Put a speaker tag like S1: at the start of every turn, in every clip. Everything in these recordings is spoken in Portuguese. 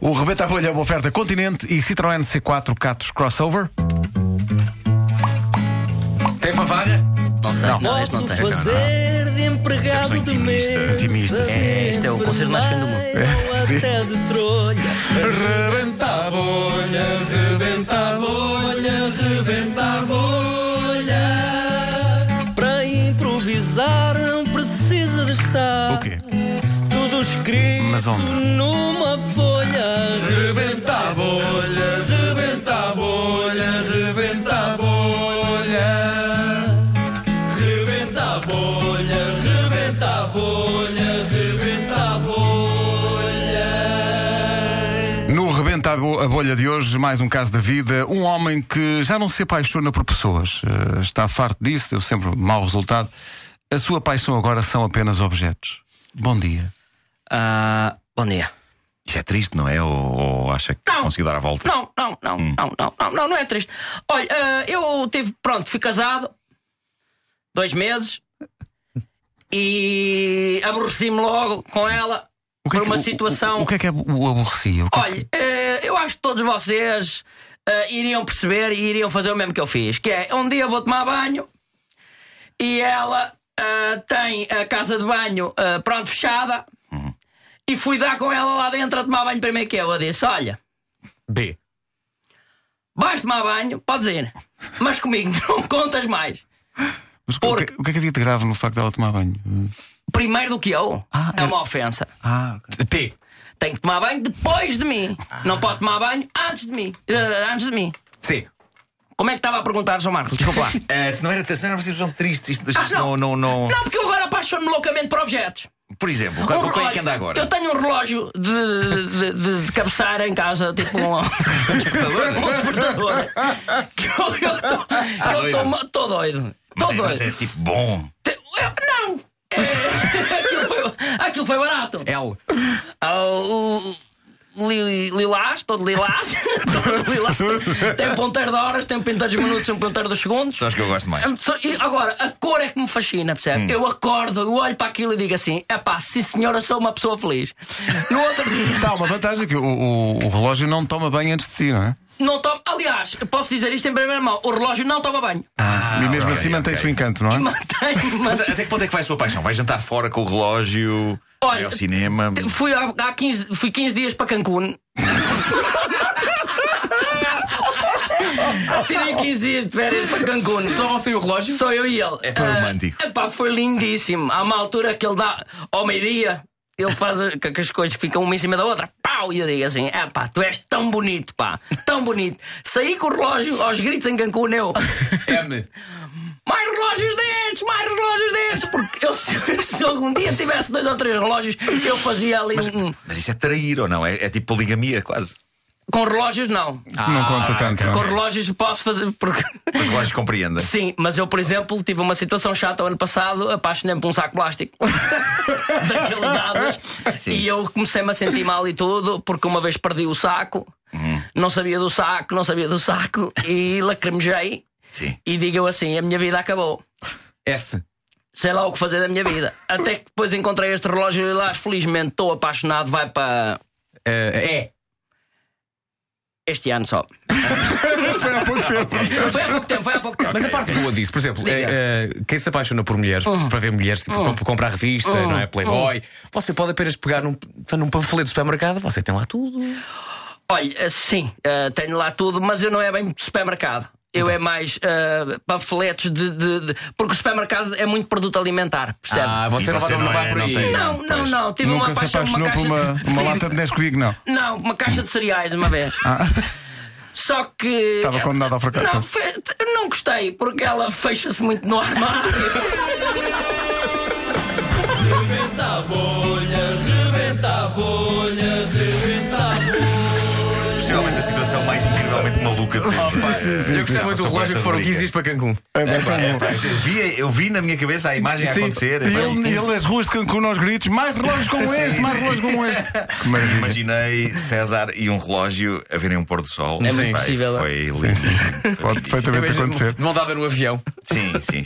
S1: O Rebenta a Bolha é uma oferta Continente e Citroën C4 Catos Crossover.
S2: Tem fanfarra?
S3: Não sei, não, não este não
S4: Posso
S3: tem.
S4: fazer de empregado de mesa
S1: intimista,
S3: É, este é o concerto mais pequeno do mundo.
S4: ou até de trolha
S1: Rebenta a bolha, rebenta a bolha, rebenta a bolha.
S4: Para improvisar não precisa de estar
S1: O quê?
S4: Tudo escrito
S1: Mas onde?
S4: numa folha
S1: Rebenta a bolha, rebenta a bolha, rebenta a bolha.
S4: Rebenta a bolha, rebenta a bolha, rebenta a bolha
S1: No Rebenta a Bo- a Bolha de hoje, mais um caso da vida. Um homem que já não se apaixona por pessoas. Eh, está farto disso, deu sempre um mau resultado. A sua paixão agora são apenas objetos. Bom dia.
S3: Ah, bom dia.
S5: Isso é triste, não é? Ou, ou acha que
S3: Não.
S5: conseguiu dar a volta?
S3: Não, não, não,
S1: Hum.
S3: não, não, não, não, não é triste. Olha, ah, eu tive, pronto, fui casado dois meses e aborreci-me logo com ela
S1: O
S3: por
S1: que
S3: uma
S1: o- o-
S3: situação.
S1: O, que é que o aborrecia? O que é que-
S3: Olha, eh, eu acho que todos vocês eh, iriam perceber e iriam fazer o mesmo que eu fiz, que é um dia eu vou tomar banho e ela eh, tem a casa de banho eh, pronto fechada e fui dar com ela lá dentro a tomar banho primeiro que eu. Eu disse, olha,
S2: B.
S3: vais tomar banho, podes ir, mas comigo não contas mais.
S1: Mas o
S3: porque-
S1: que- o que é que havia de grave no facto dela tomar banho?
S3: Primeiro do que eu,
S1: Ah,
S3: é
S1: é-
S3: uma ofensa.
S1: Ah,
S2: T.
S3: Tem que tomar banho depois de mim. Não pode tomar banho antes de mim. eh, antes de mim.
S2: C.
S3: Como é que estava a perguntar, João Marcos? Desculpa lá.
S5: Eh, se não era, se não era uma situação triste, isto, isto
S3: Ah, não.
S5: não. Não, não,
S3: Não, porque eu agora apaixono-me loucamente por objetos.
S5: Por exemplo,
S3: Um
S5: qual, qual é
S3: relógio.
S5: que anda agora?
S3: Eu tenho um relógio de, de, de- de cabeceira em casa, tipo um, um
S5: Computador?
S3: despertador. Que eu estou doido.
S5: Mas,
S3: Estou
S5: é, mas é
S3: doido.
S5: tipo bom.
S3: Te- eu- não! É, aquilo, foi, aquilo foi barato.
S2: L.
S3: Ah, o- o- li- Lilás, todo lilás, todo lilás. Tem ponteiro de horas, tem um ponteiro dos minutos, tem um ponteiro dos segundos.
S5: Só os que eu gosto mais.
S3: Hum, só- e Agora, a cor é que me fascina, percebe? Eu acordo, eu olho para aquilo e digo assim: é pá, sim senhora, sou uma pessoa feliz. No outro dia,
S1: Está uma vantagem que o, o- o relógio não toma banho antes de si, não é?
S3: não tomo. Aliás, eu posso dizer isto em primeira mão: o relógio não toma banho.
S1: e mesmo
S5: ok,
S1: assim mantém-se
S5: ok.
S1: o encanto, não é?
S3: Mantém,
S5: Mas
S3: mas.
S5: até que ponto é que vai a sua paixão? Vai jantar fora com o relógio?
S3: Olha,
S5: vai ao cinema?
S3: Fui há, há 15, fui 15 dias para Cancún. Tirei 15 dias de férias para Cancún.
S2: Só você e o relógio?
S3: Só eu e ele.
S5: É para
S3: Ah,
S5: romântico.
S3: epá, foi lindíssimo. Há uma altura que ele dá ao meio-dia, ele faz a- que, que as coisas ficam uma em cima da outra. Pau! E eu digo assim: é pá, tu és tão bonito, pá, tão bonito. Saí com o relógio aos gritos em Cancún, eu.
S2: M.
S3: Mais relógios destes, mais relógios destes. Porque eu, se, se algum dia tivesse dois ou três relógios, eu fazia ali um.
S5: Mas isso é trair ou não? É, é tipo poligamia, quase.
S3: Com relógios, não.
S5: Ah,
S1: não
S2: Ah,
S1: conta tanto,
S3: Com
S1: não é?
S3: relógios posso fazer. Porque.
S5: Os relógios compreendem.
S3: Sim, mas eu, por exemplo, tive uma situação chata o ano passado, apaixonei-me por um saco plástico daquele dadas e eu comecei-me a sentir mal e tudo, porque uma vez perdi o saco,
S1: Hum.
S3: não sabia do saco, não sabia do saco, e lacrimejei
S5: Sim.
S3: e digo eu assim: a minha vida acabou.
S2: S.
S3: Sei lá o que fazer da minha vida. Até que depois encontrei este relógio e lá, felizmente, estou apaixonado, vai para.
S2: Eh,
S3: É. Este ano só.
S1: Foi há pouco tempo.
S3: Foi há pouco tempo, foi há pouco tempo.
S2: Mas a parte boa disso, por exemplo,
S3: Diga.
S2: eh, eh, quem se apaixona por mulheres, para ver mulheres, tipo, comp- comprar revista, não é? Playboy, você pode apenas pegar num, tá num panfleto do supermercado, você tem lá tudo.
S3: Olha, sim, eh, tenho lá tudo, mas eu não é bem supermercado. Eu é mais eh, panfletos de, de- de- Porque o supermercado é muito produto alimentar, percebe?
S2: Ah,
S5: E
S2: você, não,
S5: você
S2: vai, não
S5: não
S2: vai
S5: é,
S2: por
S5: não
S2: aí.
S5: tem.
S3: não, não,
S5: pois.
S3: não. Tive
S1: Nunca
S3: uma
S1: se
S3: paixão
S1: apaixonou
S3: uma
S1: por
S3: caixa
S1: uma,
S3: de...
S1: uma
S3: Sim,
S1: lata de Nesquik, não.
S3: Não, uma caixa de cereais uma vez. Só que. eh,
S1: Estava condenado ao fracasso.
S3: Não, fe- não gostei, porque ela fecha-se muito no armário.
S4: Rebenta a bolha, rebenta a bolha, rebenta a bolha
S5: Possivelmente a situação mais incrivelmente maluca de sempre.
S2: Eu gostei muito do
S5: Só com
S2: relógio
S5: esta
S2: que foram 15
S5: rubrica.
S2: dias para Cancún.
S5: É, pá, eu vi- Eu vi na minha cabeça a imagem a
S1: Sim,
S5: acontecer. é,
S1: e
S5: pá,
S1: ele,
S5: e-
S1: e ele as ruas de Cancún aos gritos, mais relógios como este, mais relógios como este. Que maravilha.
S5: Imaginei César e um relógio a verem um pôr do sol.
S3: É
S5: Sim,
S3: muito
S5: pá,
S3: possível.
S5: Foi lindo.
S1: Pode perfeitamente acontecer.
S2: Não dava no avião.
S5: Sim, sim, sim.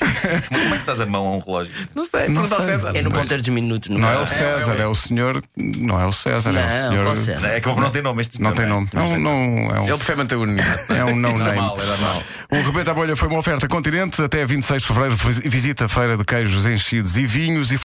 S5: Como como é que dás a mão a um relógio?
S2: Não sei, pergunta ao
S1: sei.
S2: César.
S3: É no ponteiro dos minutos, não,
S1: Não é o
S3: é?
S1: César, é o senhor. Não é o César,
S3: Não,
S1: é o senhor.
S3: não é o César.
S5: Acabou por não ter nome este
S1: Não tem nome. É um- não- é um-
S2: Ele prefere manter a unidade.
S1: É um não
S2: Isso é
S1: name.
S2: mal, é mal.
S1: O Rebenta à Bolha foi uma oferta continente. Até 26 de fevereiro visita a Feira de Queijos Enchidos e Vinhos e